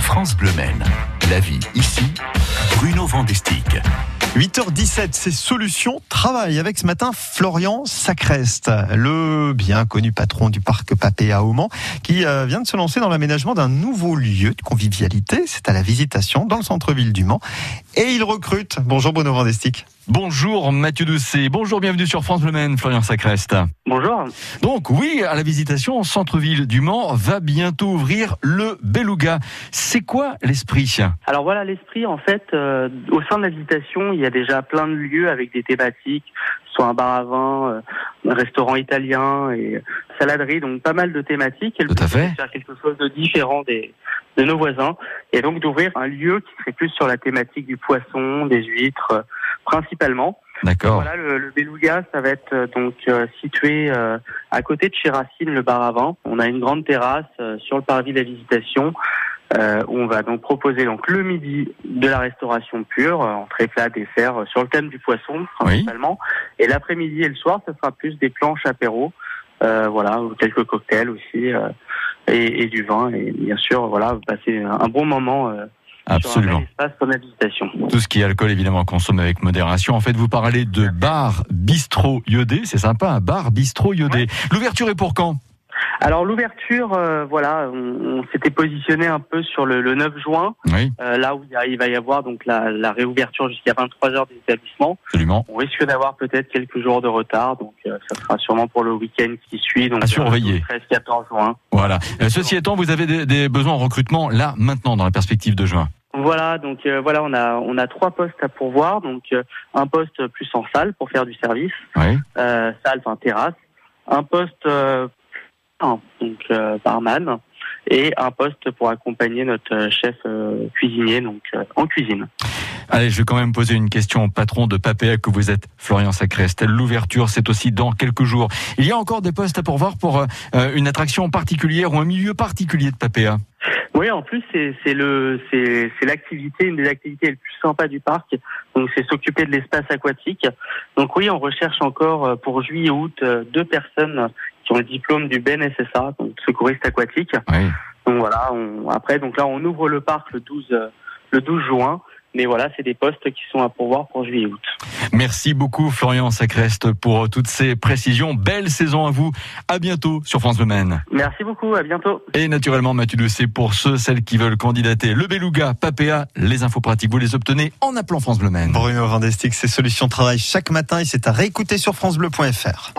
France Bleu Maine. La vie ici, Bruno Vandestick. 8h17, c'est Solutions Travail avec ce matin Florian Sacrest, le bien connu patron du parc Papé à Aumont, qui euh, vient de se lancer dans l'aménagement d'un nouveau lieu de convivialité. C'est à la visitation dans le centre-ville du Mans. Et il recrute. Bonjour Bruno Vandestick. Bonjour Mathieu Doucet, bonjour, bienvenue sur France Bleu Maine, Florian Sacrest. Bonjour. Donc oui, à la visitation, centre-ville du Mans va bientôt ouvrir le Beluga. C'est quoi l'esprit Alors voilà, l'esprit, en fait, euh, au sein de la visitation, il y a déjà plein de lieux avec des thématiques, soit un bar à vin, euh, un restaurant italien et saladerie, donc pas mal de thématiques. Et le Tout à but, c'est fait. de faire quelque chose de différent des, de nos voisins et donc d'ouvrir un lieu qui serait plus sur la thématique du poisson, des huîtres, euh, principalement. D'accord. Voilà, le, le Beluga, ça va être euh, donc euh, situé euh, à côté de chez Racine, le bar à vin. On a une grande terrasse euh, sur le parvis de la visitation. euh, où on va donc proposer donc le midi de la restauration pure, euh, entrée plat, dessert, euh, sur le thème du poisson principalement. Et l'après-midi et le soir, ça sera plus des planches apéro, euh, voilà, ou quelques cocktails aussi, euh, et, et du vin. Et bien sûr, voilà, passer un un bon moment euh, sur un Absolument. bel espace comme la visitation. Tout ce qui est alcool, évidemment, consomme avec modération. En fait, vous parlez de bar bistrot iodé. C'est sympa, un bar bistrot iodé. L'ouverture est pour quand Alors l'ouverture, euh, voilà, on, on s'était positionné un peu sur le, le 9 juin, Oui, euh, là où il, y a- il va y avoir donc la, la réouverture jusqu'à 23h des établissements. absolument. On risque d'avoir peut-être quelques jours de retard, donc euh, ça sera sûrement pour le week-end qui suit, donc À surveiller. 13-14 juin. Voilà. Euh, Ceci étant, vous avez des, des besoins en recrutement là, maintenant, dans la perspective de juin. Voilà, donc euh, voilà, on a on a trois postes à pourvoir, donc euh, un poste plus en salle pour faire du service, Oui. euh, salle, enfin terrasse, un poste euh, un, donc euh, barman et un poste pour accompagner notre euh, chef euh, cuisinier donc euh, en cuisine. Allez, je vais quand même poser une question au patron de Papéa que vous êtes, Florian Sacrest. L'ouverture, c'est aussi dans quelques jours. Il y a encore des postes à pourvoir pour euh, euh, une attraction particulière ou un milieu particulier de Papéa. Oui, en plus c'est c'est le c'est c'est l'activité une des activités les plus sympas du parc. Donc c'est s'occuper de l'espace aquatique. Donc oui, on recherche encore euh, pour juillet et août euh, deux personnes qui ont le diplôme du BNSSA, donc secouriste aquatique. Oui. Donc voilà, on, après, donc là, on ouvre le parc le 12, euh, le 12 juin. Mais voilà, c'est des postes qui sont à pourvoir pour juillet et août. Merci beaucoup, Florian Sacrest, pour euh, toutes ces précisions. Belle saison à vous. À bientôt sur France Le Maine. Merci beaucoup, à bientôt. Et naturellement, Mathieu Doucet, pour ceux, celles qui veulent candidater, le Beluga, Papéa, les infos pratiques, vous les obtenez en appelant France Bleu Maine. Bruno Vandestick, c'est Solutions Travail chaque matin et c'est à réécouter sur FranceBleu.fr.